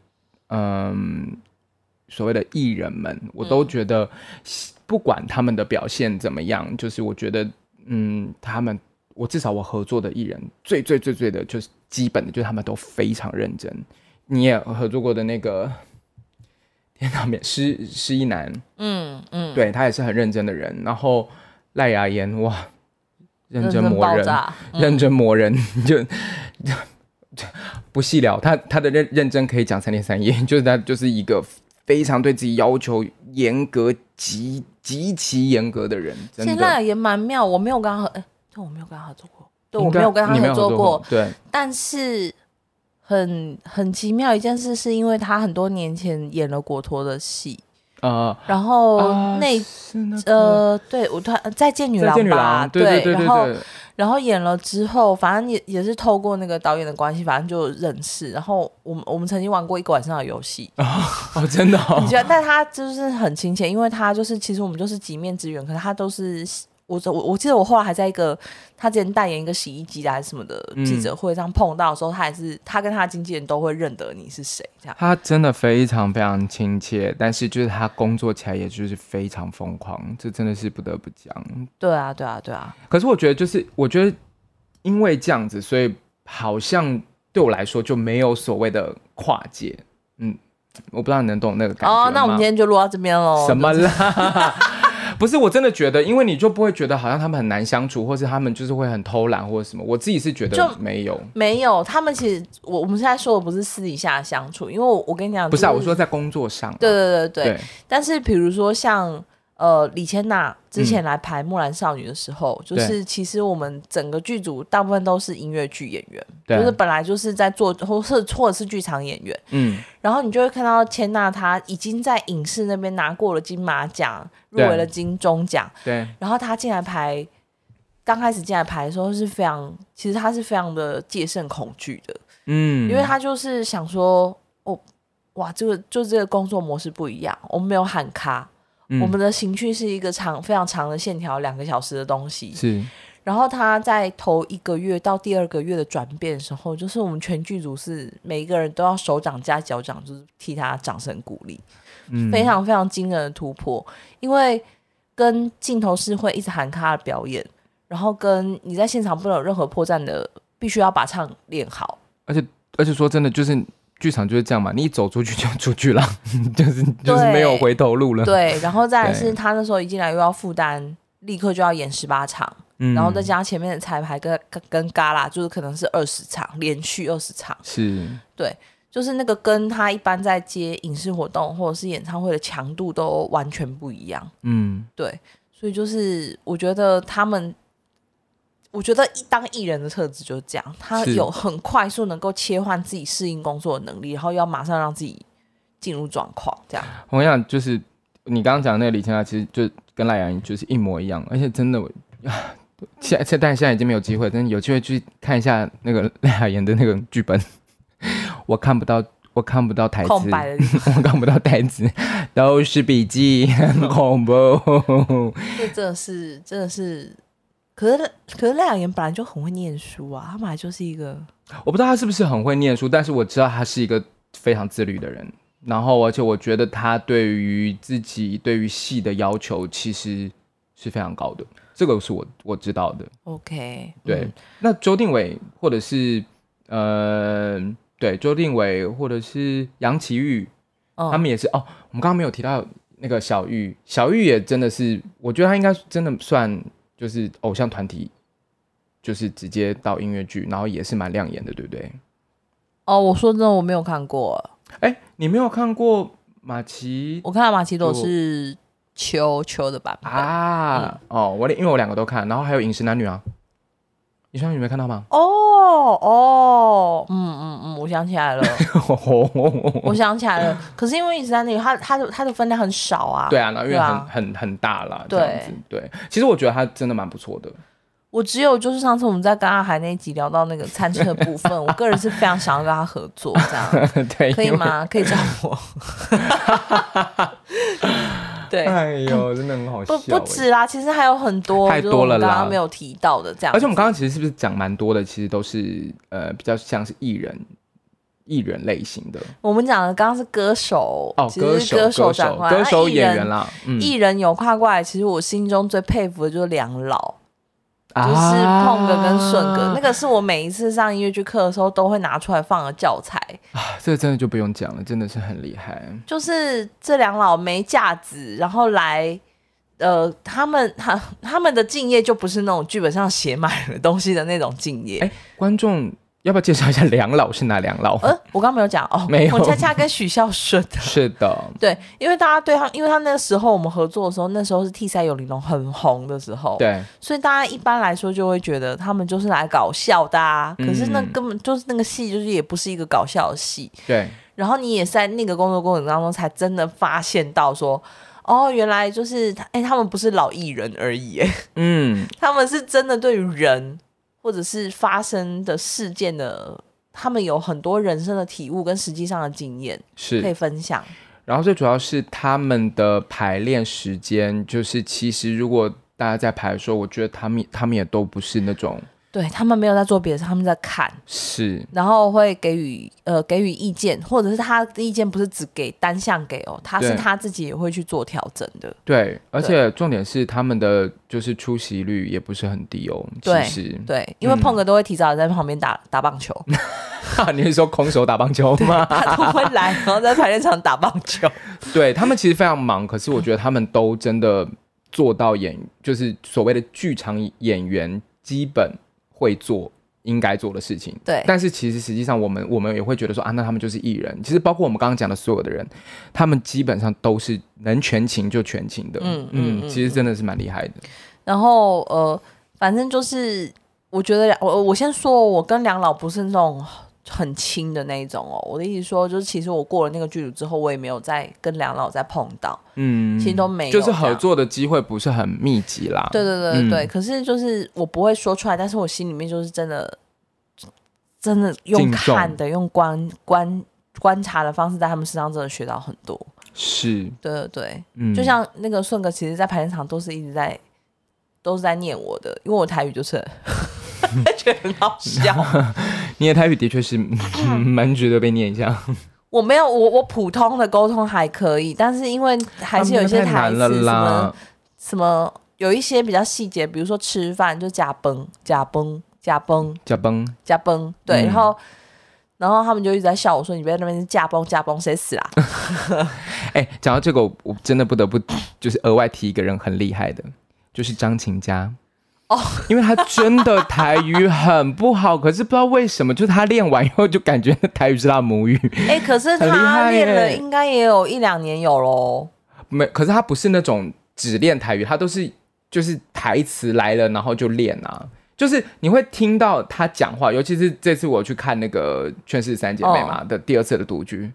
Speaker 2: 嗯所谓的艺人们，我都觉得不管他们的表现怎么样，就是我觉得嗯他们我至少我合作的艺人最最最最的就是基本的就是他们都非常认真。你也合作过的那个天堂面失失忆男，
Speaker 1: 嗯嗯，
Speaker 2: 对他也是很认真的人。然后赖雅妍哇，认真磨
Speaker 1: 爆
Speaker 2: 人，
Speaker 1: 炸，嗯
Speaker 2: 认 真磨人， 就就不细聊。他他的认认真可以讲三天三夜， 就是他就是一个非常对自己要求严格、极极其严格的人，真
Speaker 1: 现
Speaker 2: 的。
Speaker 1: 在也蛮妙，我没有跟他合，哎、对我没有跟他合作过，对我
Speaker 2: 应该
Speaker 1: 没有跟他
Speaker 2: 你没有
Speaker 1: 合作过，，
Speaker 2: 对，
Speaker 1: 但是很很奇妙一件事，是因为他很多年前演了果陀的戏，
Speaker 2: 啊，
Speaker 1: 然后
Speaker 2: 啊
Speaker 1: 哦那、
Speaker 2: 是那个
Speaker 1: 呃，对，我突然再见女
Speaker 2: 再见
Speaker 1: 郎
Speaker 2: 女
Speaker 1: 吧，
Speaker 2: 郎，对对对
Speaker 1: 然
Speaker 2: 对
Speaker 1: 后
Speaker 2: 对，
Speaker 1: 然后演了之后，反正也也是透过那个导演的关系，反正就认识。然后我们我们曾经玩过一个晚上的游戏，
Speaker 2: 哦，真的哦
Speaker 1: 你，觉得？但他就是很亲切，因为他就是其实我们就是几面之缘，可是他都是我我我记得我后来还在一个他之前代言一个洗衣机的还是什么的
Speaker 2: 嗯
Speaker 1: 记者会上碰到的时候，他还是他跟他的经纪人都会认得你是谁这样。
Speaker 2: 他真的非常非常亲切，但是就是他工作起来也就是非常疯狂，这真的是不得不讲。
Speaker 1: 对啊，对啊，对啊，
Speaker 2: 可是我觉得就是我觉得因为这样子，所以好像对我来说就没有所谓的跨界。嗯，我不知道你能懂那个感觉
Speaker 1: 哦，那我们
Speaker 2: 吗
Speaker 1: 今天就录到这边喽。
Speaker 2: 什么啦？ 不是，我真的觉得，因为你就不会觉得好像他们很难相处，或是他们就是会很偷懒或者什么。我自己是觉
Speaker 1: 就
Speaker 2: 得没有，
Speaker 1: 没有，他们其实我我们现在说的不是私底下相处，因为我我跟你讲，
Speaker 2: 不是啊，
Speaker 1: 就
Speaker 2: 我说在工作上啊。
Speaker 1: 对对对对，
Speaker 2: 对，
Speaker 1: 但是比如说像呃李千娜之
Speaker 2: 嗯
Speaker 1: 前来排《木兰少女》的时候，就是其实我们整个剧组大部分都是音乐剧演员，
Speaker 2: 对
Speaker 1: 就是本来就是在做或是或者是剧场演员，
Speaker 2: 嗯，
Speaker 1: 然后你就会看到千娜她已经在影视那边拿过了金马奖，入围
Speaker 2: 对
Speaker 1: 了金钟奖，
Speaker 2: 对，
Speaker 1: 然后她进来排。刚开始进来排的时候是非常，其实她是非常的戒慎恐惧的，
Speaker 2: 嗯，
Speaker 1: 因为他就是想说，哦，哇，这个就这个工作模式不一样，我们没有喊卡，
Speaker 2: 嗯
Speaker 1: 我们的行去是一个长非常长的线条，两个小时的东西。
Speaker 2: 是
Speaker 1: 然后他在头一个月到第二个月的转变的时候，就是我们全剧组是每一个人都要手掌加脚掌，就是替他掌声鼓励，
Speaker 2: 嗯
Speaker 1: 非常非常惊人的突破，因为跟镜头是会一直喊卡的表演，然后跟你在现场不能有任何破绽的，必须要把唱练好。
Speaker 2: 而且而且说真的，就是剧场就是这样嘛，你一走出去就出去了， 就是就是
Speaker 1: 对
Speaker 2: 没有回头路了。，
Speaker 1: 对，然后再来是
Speaker 2: 对
Speaker 1: 他那时候一进来又要负担，立刻就要演十八场，
Speaker 2: 嗯
Speaker 1: 然后再加前面的彩排跟跟跟嘎啦，就是可能是二十场，连续二十场，
Speaker 2: 是
Speaker 1: 就是那个跟他一般在接影视活动或者是演唱会的强度都完全不一样。
Speaker 2: 嗯，
Speaker 1: 对，所以就是我觉得他们。我觉得一当艺人的特质就是这样，他
Speaker 2: 是
Speaker 1: 有很快速能够切换自己适应工作的能力，然后要马上让自己进入状况，这样。
Speaker 2: 我想就是你刚刚讲的那个李千娜，其实就跟赖雅莹就是一模一样，而且真的我。 现现但现在已经没有机会，但是有机会去看一下那个赖雅妍的那个剧本， 我看不到，我看不到台词，
Speaker 1: 空白的地方
Speaker 2: 我看不到台词，都是笔记，很恐怖。
Speaker 1: 这真的是，真的是，可是可是赖雅妍本来就很会念书啊，她本来就是一个，
Speaker 2: 我不知道他是不是很会念书，但是我知道他是一个非常自律的人。然后，而且我觉得他对于自己、对于戏的要求其实是非常高的，这个是我我知道的。
Speaker 1: OK，
Speaker 2: 对，
Speaker 1: 嗯
Speaker 2: 那周定伟或者是呃，对，周定伟或者是杨奇玉，
Speaker 1: 嗯
Speaker 2: 他们也是哦。我们刚刚没有提到那个小玉，小玉也真的是，我觉得他应该真的算就是偶像团体，就是直接到音乐剧，然后也是蛮亮眼的，对不对？
Speaker 1: 哦，我说真的，我没有看过，
Speaker 2: 哎，你没有看过马奇
Speaker 1: 我看到马奇朵
Speaker 2: 就是
Speaker 1: 秋秋的版本。
Speaker 2: 啊？哦，我因为我两个都看，然后还有《饮食男女》啊，《饮食男女》没看到吗？
Speaker 1: 哦哦，嗯嗯嗯，我想起 来了，我想起来了。可是因为《一直在那里，它它的它的分量很少啊。
Speaker 2: 对啊，那因为
Speaker 1: 对
Speaker 2: 很、
Speaker 1: 啊
Speaker 2: 很很大啦，
Speaker 1: 对
Speaker 2: 这样子。对，其实我觉得他真的蛮不错的。
Speaker 1: 我只有就是上次我们在跟阿海那一集聊到那个餐车的部分，我个人是非常想要跟他合作，这样
Speaker 2: 对，
Speaker 1: 可以
Speaker 2: 因为？
Speaker 1: 吗？可以找 我。对，
Speaker 2: 哎 呦，真的很好笑
Speaker 1: 不
Speaker 2: 哎。
Speaker 1: 不止啦，其实还有很多，
Speaker 2: 太
Speaker 1: 就是
Speaker 2: 多
Speaker 1: 我们
Speaker 2: 了啦
Speaker 1: 刚刚没有提到的这样子。
Speaker 2: 而且我们刚刚其实是不是讲蛮多的？其实都是呃比较像是艺人艺人类型的
Speaker 1: 我们讲的刚刚是歌手
Speaker 2: 哦，
Speaker 1: 其
Speaker 2: 歌
Speaker 1: 实是
Speaker 2: 手
Speaker 1: 歌
Speaker 2: 歌
Speaker 1: 转
Speaker 2: 手
Speaker 1: 换，
Speaker 2: 歌
Speaker 1: 那
Speaker 2: 手
Speaker 1: 艺
Speaker 2: 演
Speaker 1: 人
Speaker 2: 员。啦，嗯
Speaker 1: 艺人有跨过来，其实我心中最佩服的就是梁老，
Speaker 2: 就
Speaker 1: 就是碰哥跟顺哥，
Speaker 2: 啊
Speaker 1: 那个是我每一次上音乐剧课的时候都会拿出来放的教材。
Speaker 2: 这真的就不用讲了，真的是很厉害。
Speaker 1: 就是这两老没架子，然后来，呃，他们他他们的敬业就不是那种剧本上写满了东西的那种敬业。
Speaker 2: 哎哎观众要不要介绍一下梁老是哪两老？
Speaker 1: 呃，我刚刚没有讲哦，
Speaker 2: 没有
Speaker 1: 我恰恰跟许孝顺。
Speaker 2: 是的，
Speaker 1: 对，因为大家对他，因为他那个时候我们合作的时候，那时候是 T 三有玲珑很红的时候，
Speaker 2: 对，
Speaker 1: 所以大家一般来说就会觉得他们就是来搞笑的啊。可是那
Speaker 2: 嗯
Speaker 1: 根本就是那个戏，就是也不是一个搞笑的戏。
Speaker 2: 对，
Speaker 1: 然后你也是在那个工作过程当中，才真的发现到说，哦，原来就是他，哎，他们不是老艺人而已，哎，
Speaker 2: 嗯，
Speaker 1: 他们是真的对于人或者是发生的事件的，他们有很多人生的体悟跟实际上的经验可以
Speaker 2: 是。
Speaker 1: 分享。
Speaker 2: 然后最主要是他们的排练时间，就是其实如果大家在排的时候，我觉得他们他们也都不是那种
Speaker 1: 对他们没有在做别的事，他们在看，
Speaker 2: 是
Speaker 1: 然后会给予呃给予意见，或者是他的意见不是只给单向给哦，他是
Speaker 2: 对
Speaker 1: 他自己也会去做调整的。
Speaker 2: 对，而且重点是他们的就是出席率也不是很低哦。
Speaker 1: 对
Speaker 2: 其实，
Speaker 1: 对，因为
Speaker 2: 嗯
Speaker 1: 碰哥都会提早在旁边打打棒球，
Speaker 2: 你是说空手打棒球吗？
Speaker 1: 他都会来，然后在排练场打棒球。
Speaker 2: 对他们其实非常忙，可是我觉得他们都真的做到演，就是所谓的剧场演员基本会做应该做的事情。
Speaker 1: 对
Speaker 2: 但是其实实际上我们我们也会觉得说啊，那他们就是艺人。其实包括我们刚刚讲的所有的人，他们基本上都是能全勤就全勤的。
Speaker 1: 嗯嗯嗯
Speaker 2: 其实真的是蛮厉害的。
Speaker 1: 然后呃，反正就是我觉得我我先说，我跟梁老不是那种很亲的那一种哦。我的意思说，就是其实我过了那个剧组之后，我也没有再跟梁老再碰到。
Speaker 2: 嗯，
Speaker 1: 其实都没有
Speaker 2: 就是
Speaker 1: 这
Speaker 2: 合
Speaker 1: 样
Speaker 2: 作的机会不是很密集啦。
Speaker 1: 对对对对对，
Speaker 2: 嗯
Speaker 1: 可是就是我不会说出来，但是我心里面就是真的，真的用
Speaker 2: 敬重
Speaker 1: 看的、用观观观察的方式，在他们身上真的学到很多。
Speaker 2: 是，
Speaker 1: 对对对，
Speaker 2: 嗯，
Speaker 1: 就像那个顺哥，其实，在排练场都是一直在都是在念我的，因为我台语就是 很觉得很好 笑。
Speaker 2: 你的台语的确是 蛮值得被念一下。
Speaker 1: 我没有，我我普通的沟通还可以，但是因为还是有 一些
Speaker 2: 他
Speaker 1: 台
Speaker 2: 们
Speaker 1: 词
Speaker 2: 那啊太难
Speaker 1: 什
Speaker 2: 了
Speaker 1: 么
Speaker 2: 啦。
Speaker 1: 什么，有一些比较细节，比如说吃饭就假崩、假崩、假崩、
Speaker 2: 假崩，
Speaker 1: 驾崩，对，
Speaker 2: 嗯
Speaker 1: 然后然后他们就一直在笑我说：“你不要在那边驾崩驾崩，谁死啊啦
Speaker 2: 哎、讲到这个，我我真的不得不就是额外提一个人很厉害的，就是张琴佳。
Speaker 1: 哦，
Speaker 2: 因为他真的台语很不好，可是不知道为什么，就是他练完以后就感觉台语是他母语，？”
Speaker 1: 哎，可是
Speaker 2: 很厉
Speaker 1: 他
Speaker 2: 害
Speaker 1: 练了
Speaker 2: 耶
Speaker 1: 应该也有一两年有 喽。
Speaker 2: 没，可是他不是那种只练台语，他都是就是台词来了然后就练啊，就是你会听到他讲话，尤其是这次我去看那个《劝世三姐妹》嘛、的第二次的独居，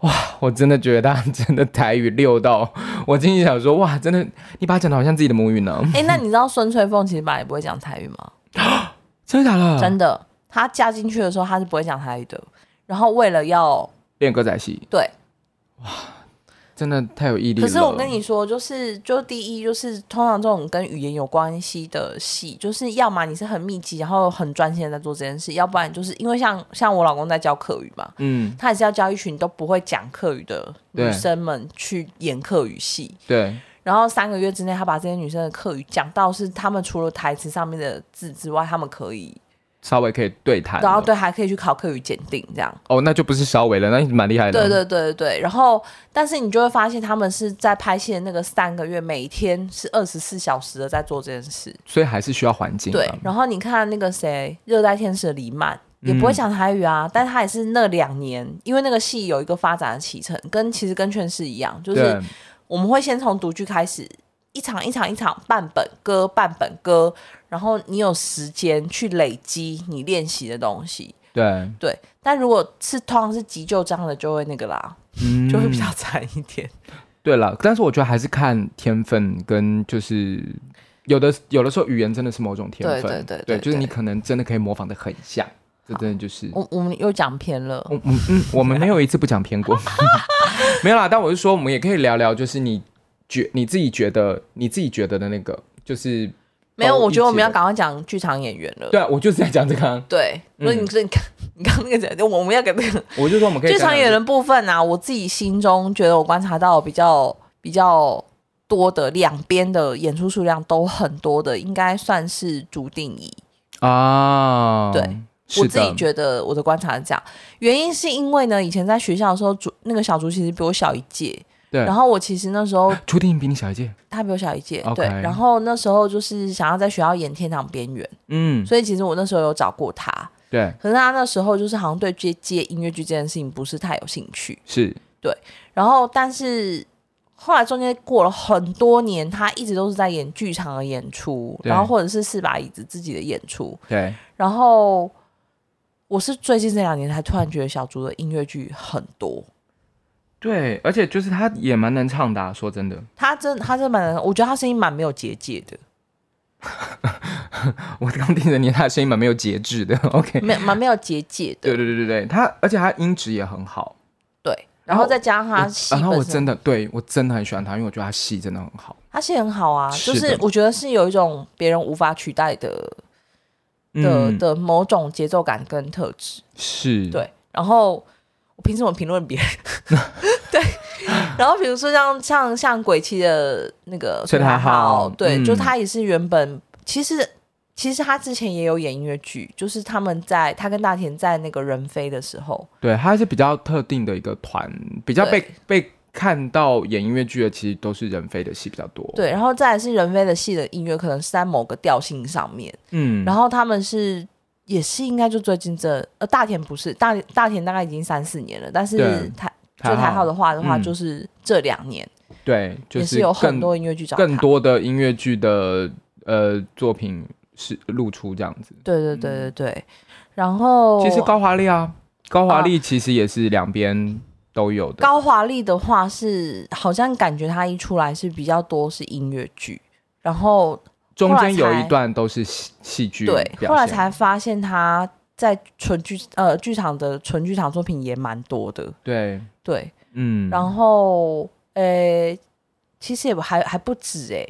Speaker 2: 哇，我真的觉得他真的台语溜到， 我今天想说哇，真的你把他讲的好像自己的母语呢，
Speaker 1: 哎，那你知道孙翠凤其实本来也不会讲台语吗？
Speaker 2: 真的假的？
Speaker 1: 真的，她嫁进去的时候她是不会讲台语的。然后为了要
Speaker 2: 练歌仔戏
Speaker 1: 对，
Speaker 2: 真的太有毅力了。
Speaker 1: 可是我跟你说，就是就第一就是通常这种跟语言有关系的戏，就是要么你是很密集，然后很专心的在做这件事，要不然就是因为像像我老公在教课语嘛，
Speaker 2: 嗯，
Speaker 1: 他也是要教一群都不会讲客语的女
Speaker 2: 对
Speaker 1: 生们去演客语戏，
Speaker 2: 对，
Speaker 1: 然后三个月之内，他把这些女生的客语讲到是他们除了台词上面的字之外，他们可以，
Speaker 2: 稍微可以对谈了，
Speaker 1: 然后对还可以去考客语检定这样。
Speaker 2: 哦，那就不是稍微了，那蛮厉害的。
Speaker 1: 对对对对对，然后但是你就会发现他们是在拍戏的那个三个月，每天是二十四小时的在做这件事。
Speaker 2: 所以还是需要环境、啊。
Speaker 1: 对，然后你看那个谁，《热带天使》的李曼。也不会讲台语啊，但他也是那两年，因为那个戏有一个发展的起程，跟其实跟劝世一样，就是
Speaker 2: 对
Speaker 1: 我们会先从独剧开始，一场一场一场半本歌半本歌，然后你有时间去累积你练习的东西。
Speaker 2: 对，
Speaker 1: 对，但如果是通常是急救章的，就会那个啦，
Speaker 2: 嗯
Speaker 1: 就会比较惨一 点。
Speaker 2: 对了，但是我觉得还是看天分跟就是有的有的时候语言真的是某种天分，
Speaker 1: 对对对对
Speaker 2: 就是你
Speaker 1: 对
Speaker 2: 可能真的可以模仿的很像，这真的就是。
Speaker 1: 我我们又讲偏了，
Speaker 2: 我嗯嗯，我们没有一次不讲偏 过，没有啦。但我是说，我们也可以聊聊，就是你觉你自己觉得你自己觉得的那个，就是
Speaker 1: 没有，
Speaker 2: 都
Speaker 1: 我觉得
Speaker 2: 一起
Speaker 1: 我们要
Speaker 2: 的
Speaker 1: 赶快讲剧场演员了。
Speaker 2: 对啊，我就是在讲这个、啊，
Speaker 1: 对，所以你这你看你刚刚那个讲，我们要给那个
Speaker 2: 我就说我们可以
Speaker 1: 剧场
Speaker 2: 讲
Speaker 1: 演员的部分啊，我自己心中觉得我观察到比较比较多的两边的演出数量都很多的，应该算是朱定仪。
Speaker 2: 啊，
Speaker 1: 对，
Speaker 2: 是
Speaker 1: 我自
Speaker 2: 的，
Speaker 1: 己觉得我的观察是这样，原因是因为呢，以前在学校的时候，主那个小竹其实比我小一届，
Speaker 2: 对
Speaker 1: 然后我其实那时候
Speaker 2: 朱定比你小一届，
Speaker 1: 他比我小一 届
Speaker 2: OK
Speaker 1: 对，然后那时候就是想要在学校演《天堂边缘》，
Speaker 2: 嗯，
Speaker 1: 所以其实我那时候有找过他，
Speaker 2: 对，
Speaker 1: 可是他那时候就是好像对接接音乐剧这件事情不是太有兴趣，
Speaker 2: 是
Speaker 1: 然后但是后来中间过了很多年，他一直都是在演剧场的演出，
Speaker 2: 对
Speaker 1: 然后或者是四把椅子自己的演出，
Speaker 2: 对，
Speaker 1: 然后我是最近这两年才突然觉得小猪的音乐剧很多，
Speaker 2: 对，而且就是他也蛮能唱的啊、说真的，
Speaker 1: 他真他真蛮，我觉得他声音蛮没有结界 的，
Speaker 2: 我刚听着你他的声音蛮没有节制的。OK，
Speaker 1: 没蛮没有结界的，
Speaker 2: 对对对对对，他而且他音质也很好。
Speaker 1: 对。
Speaker 2: 然
Speaker 1: 然
Speaker 2: 后
Speaker 1: 后再加上他
Speaker 2: 我
Speaker 1: 戏
Speaker 2: 然后我
Speaker 1: 本身，
Speaker 2: 真的对我真的很喜欢他，因为我觉得他戏真的很好。
Speaker 1: 他戏很好啊，就是是
Speaker 2: 的
Speaker 1: 我觉得是有一种别人无法取代的的、
Speaker 2: 嗯，
Speaker 1: 的某种节奏感跟特质。
Speaker 2: 是，
Speaker 1: 对，然后我凭什么评论别人？ 对，然后比如说像像像鬼泣的那个
Speaker 2: 崔
Speaker 1: 他
Speaker 2: 台浩
Speaker 1: 对，
Speaker 2: 嗯
Speaker 1: 就他也是原本其实其实他之前也有演音乐剧，就是他们在他跟大田在那个人飞的时候，
Speaker 2: 对，他是比较特定的一个团，比较被
Speaker 1: 对
Speaker 2: 被看到演音乐剧的，其实都是人飞的戏比较多。，
Speaker 1: 对，然后再来是人飞的戏的音乐可能是在某个调性上面，
Speaker 2: 嗯，
Speaker 1: 然
Speaker 2: 后
Speaker 1: 后他们是。也是应该就最近这呃大田不是大大田大概已经三四年了，但是
Speaker 2: 对
Speaker 1: 台就
Speaker 2: 台
Speaker 1: 台
Speaker 2: 号
Speaker 1: 号的话的话
Speaker 2: 嗯
Speaker 1: 就是这两年、
Speaker 2: 对，就
Speaker 1: 也是有很
Speaker 2: 更
Speaker 1: 多音乐剧找
Speaker 2: 更
Speaker 1: 他
Speaker 2: 多的音乐剧的呃作品是露出这样子。
Speaker 1: 对对对对对，然后
Speaker 2: 嗯其实高华丽啊，高
Speaker 1: 哦
Speaker 2: 华
Speaker 1: 啊
Speaker 2: 丽其实也是两边都有的。
Speaker 1: 高华丽的话是好像感觉她一出来是比较多是音乐剧，然后
Speaker 2: 中间有
Speaker 1: 后来
Speaker 2: 一
Speaker 1: 才
Speaker 2: 段都是戏戏剧
Speaker 1: 对，
Speaker 2: 表
Speaker 1: 后来
Speaker 2: 现
Speaker 1: 才发现她在纯剧呃剧场的纯剧场作品也蛮多的，
Speaker 2: 对，
Speaker 1: 对，
Speaker 2: 嗯，
Speaker 1: 然后呃其实也还还不止哎、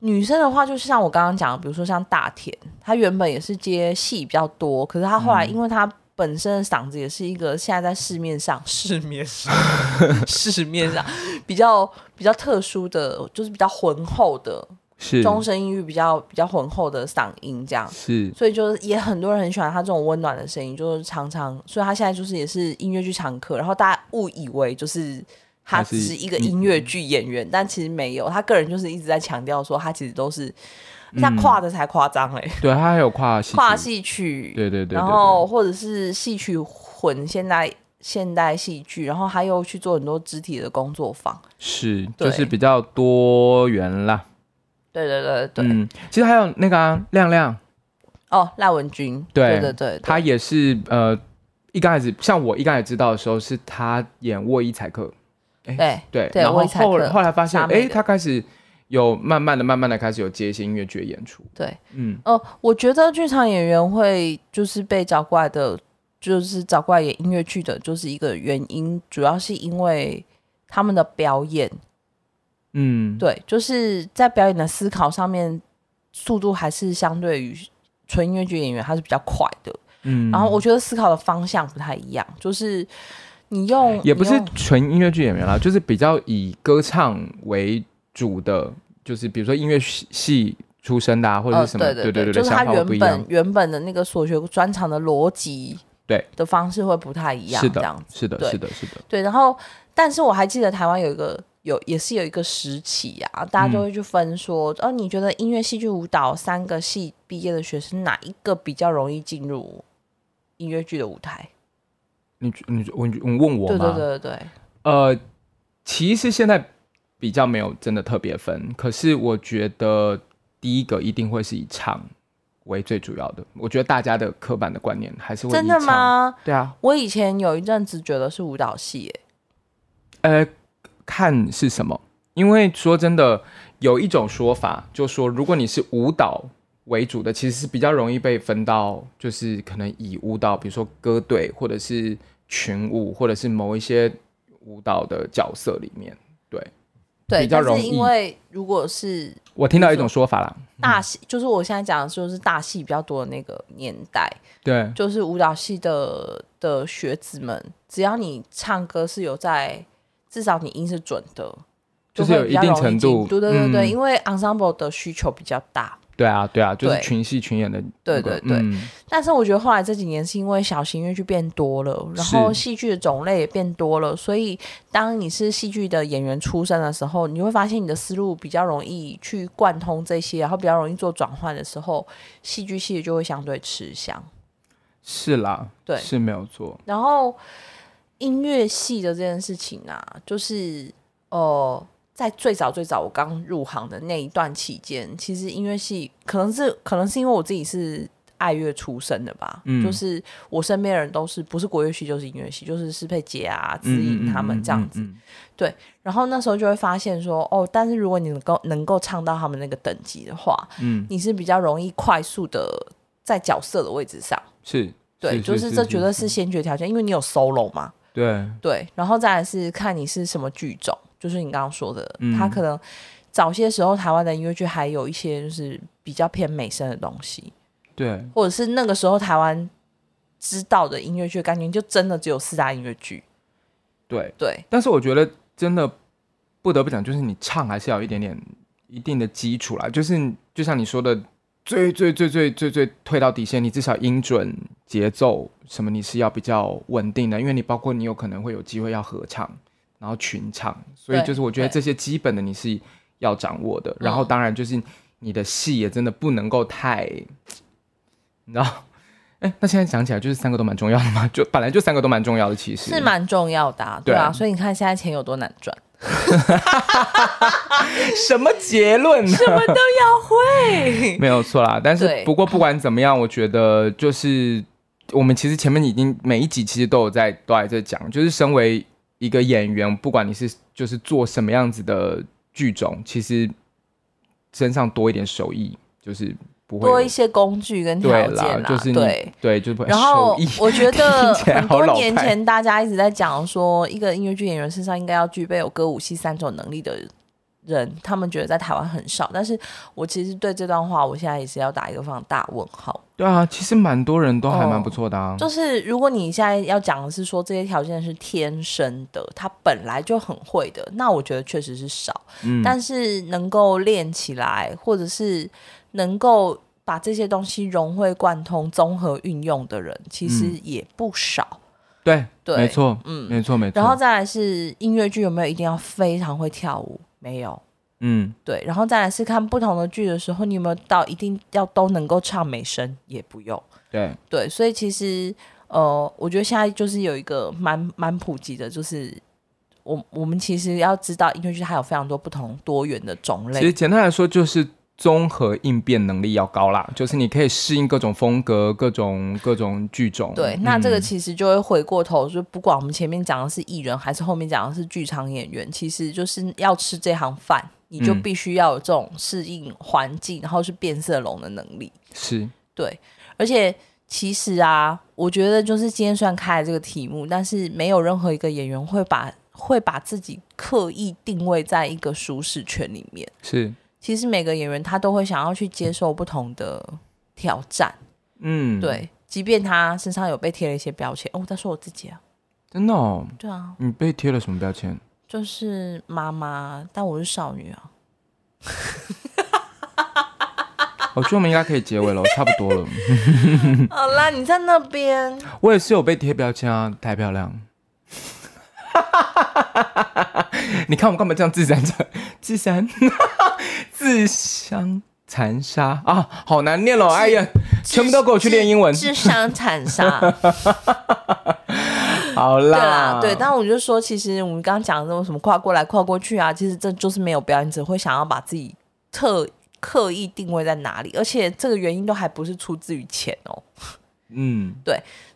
Speaker 1: 女生的话，就是像我刚刚讲的，比如说像大田，她原本也是接戏比较多，可是她后来因为她本身的嗓子也是一个现在在市面 上、市面上、市面上比较比较特殊的，就是比较浑厚的
Speaker 2: 是
Speaker 1: 中声音域比较比较浑厚的嗓音这样，
Speaker 2: 是
Speaker 1: 所以就是也很多人很喜欢她这种温暖的声音，就是常常，所以她现在就是也是音乐剧常客，然后大家误以为就是。她
Speaker 2: 她是嗯
Speaker 1: 只是一个
Speaker 2: 你
Speaker 1: 音乐剧演员，但其实没有。她个人就是一直在强调说，她其实都是
Speaker 2: 嗯
Speaker 1: 她跨的才夸张嘞，
Speaker 2: 对他还有跨戏
Speaker 1: 跨
Speaker 2: 剧，
Speaker 1: 戏曲，
Speaker 2: 对对对对，
Speaker 1: 然后或者是戏曲混现代现代戏剧，然后他又去做很多肢体的工作坊。
Speaker 2: 对是
Speaker 1: 对
Speaker 2: 就是比较多元啦。
Speaker 1: 对对对对，
Speaker 2: 嗯，其实还有那个啊，亮亮，
Speaker 1: 哦，赖文君，
Speaker 2: 对
Speaker 1: 对对对，
Speaker 2: 他也是呃，一刚开始像我一刚才知道的时候，是他演沃伊采克，
Speaker 1: 对
Speaker 2: 对，
Speaker 1: 对
Speaker 2: 然后
Speaker 1: 沃伊采
Speaker 2: 后
Speaker 1: 克
Speaker 2: 后来发现，
Speaker 1: 傻妹
Speaker 2: 哎，
Speaker 1: 的
Speaker 2: 他开始有慢慢的、慢慢的开始有接一些音乐剧的演出，
Speaker 1: 对，
Speaker 2: 嗯，
Speaker 1: 哦、我觉得剧场演员会就是被找过来的，就是找过来演音乐剧的，就是一个原因，主要是因为他们的表演，
Speaker 2: 嗯，
Speaker 1: 对，就是在表演的思考上面，速度还是相对于纯音乐剧演员，它是比较快的。
Speaker 2: 嗯，
Speaker 1: 然后我觉得思考的方向不太一样，就是你用
Speaker 2: 也不
Speaker 1: 你
Speaker 2: 是
Speaker 1: 用
Speaker 2: 纯音乐剧演员啦，就是比较以歌唱为主的，就是比如说音乐系系出身的、啊，或者
Speaker 1: 呃
Speaker 2: 是什
Speaker 1: 对
Speaker 2: 么，对
Speaker 1: 对，就是
Speaker 2: 想
Speaker 1: 他
Speaker 2: 法会不
Speaker 1: 原
Speaker 2: 一样
Speaker 1: 本，原本的那个所学专长的逻辑
Speaker 2: 对
Speaker 1: 的方式会不太一样，
Speaker 2: 是
Speaker 1: 这样
Speaker 2: 的，是的，
Speaker 1: 对
Speaker 2: 是的，是的，
Speaker 1: 对。然后，但是我还记得台湾有一个有也是有一个时期啊，大家
Speaker 2: 嗯
Speaker 1: 就会去分说，哦，你觉得音乐、戏剧、舞蹈三个系毕业的学生哪一个比较容易进入音乐剧的舞台？
Speaker 2: 你你我你问我
Speaker 1: 对对
Speaker 2: 吗？
Speaker 1: 对对对，
Speaker 2: 呃，其实现在比较没有真的特别分，可是我觉得第一个一定会是以唱为最主要的。我觉得大家的刻板的观念还是会
Speaker 1: 真
Speaker 2: 以
Speaker 1: 的
Speaker 2: 唱？
Speaker 1: 吗？
Speaker 2: 对啊，
Speaker 1: 我以前有一阵子觉得是舞蹈系、耶。
Speaker 2: 呃，看是什么？因为说真的，有一种说法，就说如果你是舞蹈为主的，其实是比较容易被分到，就是可能以舞蹈，比如说歌队，或者是群舞，或者是某一些舞蹈的角色里面。对
Speaker 1: 对，
Speaker 2: 比
Speaker 1: 但
Speaker 2: 较
Speaker 1: 是
Speaker 2: 容易
Speaker 1: 因为如果是
Speaker 2: 我听到一种说法啦，
Speaker 1: 大戏，就是我现在讲的就是大戏比较多的那个年代，
Speaker 2: 对，
Speaker 1: 就是舞蹈系的的学子们，只要你唱歌是有在，至少你音是准的，
Speaker 2: 就是
Speaker 1: 会
Speaker 2: 有
Speaker 1: 比
Speaker 2: 一
Speaker 1: 较
Speaker 2: 定
Speaker 1: 容易
Speaker 2: 程
Speaker 1: 进
Speaker 2: 度
Speaker 1: 对对对对，
Speaker 2: 嗯
Speaker 1: 因为 ensemble 的需求比较大。
Speaker 2: 对啊，对啊，就是
Speaker 1: 对
Speaker 2: 群戏群演的那
Speaker 1: 对
Speaker 2: 个、
Speaker 1: 对对
Speaker 2: 嗯
Speaker 1: 但是我觉得后来这几年是因为小型音乐剧变多了，然后
Speaker 2: 是
Speaker 1: 戏剧的种类也变多了，所以当你是戏剧的演员出身的时候，你会发现你的思路比较容易去贯通这些，然后比较容易做转换的时候，戏剧系就会相对吃香。
Speaker 2: 是啦，
Speaker 1: 对
Speaker 2: 是没有错。
Speaker 1: 然后音乐系的这件事情啊，就是呃，在最早最早我刚入行的那一段期间，其实音乐系可能是可能是因为我自己是爱乐出身的吧，
Speaker 2: 嗯
Speaker 1: 就是我身边的人都是不是国乐系就是音乐系，就是适配杰啊、子颖他们这样子。
Speaker 2: 嗯，嗯嗯嗯
Speaker 1: 然后那时候就会发现说，哦，但是如果你能够能够唱到他们那个等级的话，
Speaker 2: 嗯，嗯
Speaker 1: 你是比较容易快速的在角色的位置上。
Speaker 2: 是，
Speaker 1: 对，就是这绝对是先决条件，因为你有 solo 嘛，
Speaker 2: 对，
Speaker 1: 对，然后再来是看你是什么剧种，就是你刚刚说的，
Speaker 2: 嗯
Speaker 1: 他可能早些时候台湾的音乐剧还有一些就是比较偏美声的东西，
Speaker 2: 对，
Speaker 1: 或者是那个时候台湾知道的音乐剧，感觉就真的只有四大音乐剧，
Speaker 2: 对。
Speaker 1: 对，
Speaker 2: 但是我觉得真的不得不讲，就是你唱还是要有一点点一定的基础啦。就是就像你说的，最最最最最最退到底线，你至少音准、节奏什么你是要比较稳定的，因为你包括你有可能会有机会要合唱，然后群唱，所以
Speaker 1: 对
Speaker 2: 就是我觉得
Speaker 1: 对
Speaker 2: 这些基本的你是要掌握的。然后
Speaker 1: 嗯
Speaker 2: 当然就是你的戏也真的不能够太，你知道。哎，那现在讲起来，就是三个都蛮重要的嘛，就本来就三个都蛮重要的，其实
Speaker 1: 是蛮重要的、啊，对啊，
Speaker 2: 对
Speaker 1: 所以你看现在钱有多难赚，
Speaker 2: 什么结论呢？
Speaker 1: 什么都要会，
Speaker 2: 没有错啦，但是
Speaker 1: 对
Speaker 2: 不过不管怎么样，我觉得就是我们其实前面已经每一集其实都有在都还在讲，就是身为一个演员，不管你是就是做什么样子的剧种，其实身上多一点手艺，就是不会有
Speaker 1: 多一些工具跟条
Speaker 2: 对
Speaker 1: 件啊
Speaker 2: 啦，就是你
Speaker 1: 对。
Speaker 2: 对，就是不
Speaker 1: 然后
Speaker 2: 手艺
Speaker 1: 我觉得
Speaker 2: 听起来
Speaker 1: 很
Speaker 2: 好
Speaker 1: 多
Speaker 2: 老
Speaker 1: 年
Speaker 2: 派
Speaker 1: 前大家一直在讲说，一个音乐剧演员身上应该要具备有歌舞戏三种能力的人，他们觉得在台湾很少。但是我其实对这段话，我现在也是要打一个非常大的问号。
Speaker 2: 对啊，其实蛮多人都还蛮
Speaker 1: 哦
Speaker 2: 不错的啊，
Speaker 1: 就是如果你现在要讲的是说这些条件是天生的，他本来就很会的，那我觉得确实是少。
Speaker 2: 嗯，
Speaker 1: 但是能够练起来，或者是能够把这些东西融会贯通、综合运用的人，其实
Speaker 2: 嗯
Speaker 1: 也不少。
Speaker 2: 对，
Speaker 1: 对
Speaker 2: 没错，
Speaker 1: 嗯
Speaker 2: 没错，没错，
Speaker 1: 然后再来是音乐剧有没有一定要非常会跳舞？没有。
Speaker 2: 嗯，
Speaker 1: 对，然后再来是看不同的剧的时候，你有没有到一定要都能够唱美声？也不用。
Speaker 2: 对，
Speaker 1: 对，所以其实呃，我觉得现在就是有一个蛮蛮普及的，就是我我们其实要知道音乐剧它有非常多不同多元的种
Speaker 2: 其实
Speaker 1: 类。
Speaker 2: 简单来说，就是综合应变能力要高啦，就是你可以适应各种风格、各种各种剧种。
Speaker 1: 对，那这个
Speaker 2: 嗯
Speaker 1: 其实就会回过头，就不管我们前面讲的是艺人，还是后面讲的是剧场演员，其实就是要吃这行饭，你就
Speaker 2: 嗯
Speaker 1: 必须要有这种适应环境，然后是变色龙的能力。
Speaker 2: 是
Speaker 1: 对，而且其实啊，我觉得就是今天虽然开了这个题目，但是没有任何一个演员会把会把自己刻意定位在一个舒适圈里面。
Speaker 2: 是，
Speaker 1: 其实每个演员他都会想要去接受不同的挑战，
Speaker 2: 嗯，，
Speaker 1: 对，即便他身上有被贴了一些标签。哦，我在说我自己啊，
Speaker 2: 真的哦。
Speaker 1: 对啊，
Speaker 2: 你被贴了什么标签？
Speaker 1: 就是妈妈，但我是少女 啊。
Speaker 2: 我觉得我们应该可以结尾了，差不多了。
Speaker 1: 好啦，你在那 边，
Speaker 2: 我也是有被贴标签啊，太漂亮。 你看我干嘛这样自然自自然自相残杀啊，好难念哦！哎呀，全部都给我去练英文。
Speaker 1: 智智商惨 杀。
Speaker 2: 好啦，
Speaker 1: 对啦，对，但我就说，其实我们刚刚讲的那种什么跨过来、跨过去啊，其实这就是没有表演者会想要把自己特刻意定位在哪里，而且这个原因都还不是出自于钱哦。
Speaker 2: 嗯，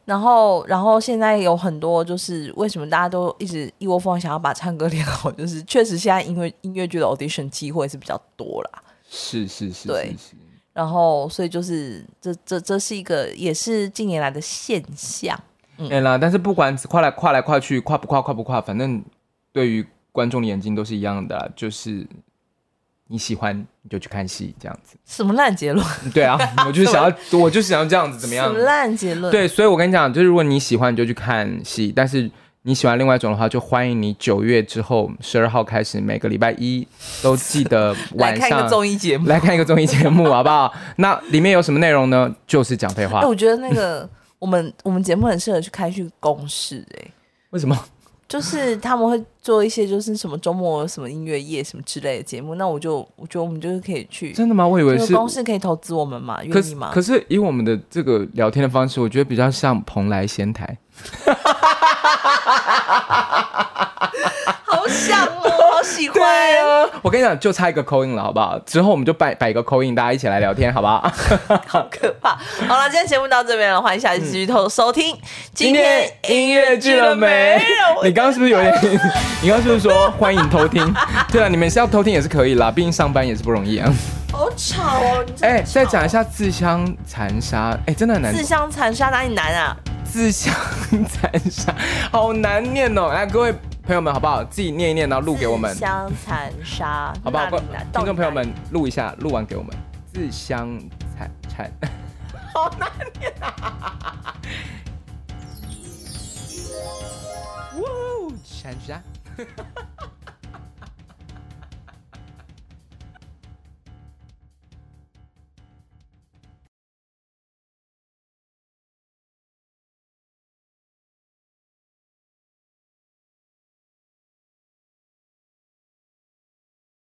Speaker 1: 然后，然后现在有很多就是为什么大家都一直一窝蜂想要把唱歌练好，就是确实现在因为音乐剧的 audition 机会是比较多啦。
Speaker 2: 是是是，
Speaker 1: 对
Speaker 2: 是是
Speaker 1: 然后，所以就是这这这是一个也是近年来的现象。
Speaker 2: 对啦，但是不管跨来跨来跨去，跨不跨跨不跨，反正对于观众的眼睛都是一样的啦，就是你喜欢你就去看戏这样子。
Speaker 1: 什么烂结论？
Speaker 2: 对啊，我就是想要，我就是想要这样子，怎么样
Speaker 1: 什么？烂结论？
Speaker 2: 对，所以我跟你讲，就是如果你喜欢，你就去看戏；但是你喜欢另外一种的话，就欢迎你九月之后十二号开始，每个礼拜一都记得
Speaker 1: 来
Speaker 2: 晚
Speaker 1: 看一个
Speaker 2: 上
Speaker 1: 综艺节目。
Speaker 2: 来看一个综艺节目，好不好？那里面有什么内容呢？就是讲废
Speaker 1: 哦
Speaker 2: 话
Speaker 1: 哎、。我觉得那个我们我们节目很适合去开去公示哎、
Speaker 2: 为什么？
Speaker 1: 就是他们会做一些就是什么周末什么音乐夜什么之类的节目，那我就我觉得我们就是可以去，
Speaker 2: 真的吗？我以为
Speaker 1: 这
Speaker 2: 是
Speaker 1: 个公司可以投资我们嘛，
Speaker 2: 可
Speaker 1: 愿意
Speaker 2: 是
Speaker 1: 吗
Speaker 2: 可？是以我们的这个聊天的方式，我觉得比较像蓬莱仙台。
Speaker 1: 好想哦，好 喜欢。
Speaker 2: 啊，我跟你讲，就差一个口音了，好不好？之后我们就摆摆一个口音，大家一起来聊天，好不好？
Speaker 1: 好可怕！好了，今天节目到这边了，欢迎下期继续收收听。今
Speaker 2: 嗯音乐剧了没？你刚刚是不是有点？ 你刚刚是不是说欢迎偷听？ 对啊，你们是要偷听也是可以啦，毕竟上班也是不容易啊。
Speaker 3: 好吵哦！你真的
Speaker 2: 哎、
Speaker 3: 很
Speaker 2: 再讲一
Speaker 3: 吵
Speaker 2: 下自相残杀，哎、真的很难
Speaker 1: 自相残杀哪里难啊？
Speaker 2: 自相残杀，好难念哦。来，各位朋友们，好不好？自己念一念，然后录给我们
Speaker 1: 自，相残杀，
Speaker 2: 好不好？
Speaker 1: 哪
Speaker 2: 各
Speaker 1: 里难
Speaker 2: 听众朋友，们，录一下，录完给我们。自相残残， 好难念啊！哇哦，残杀。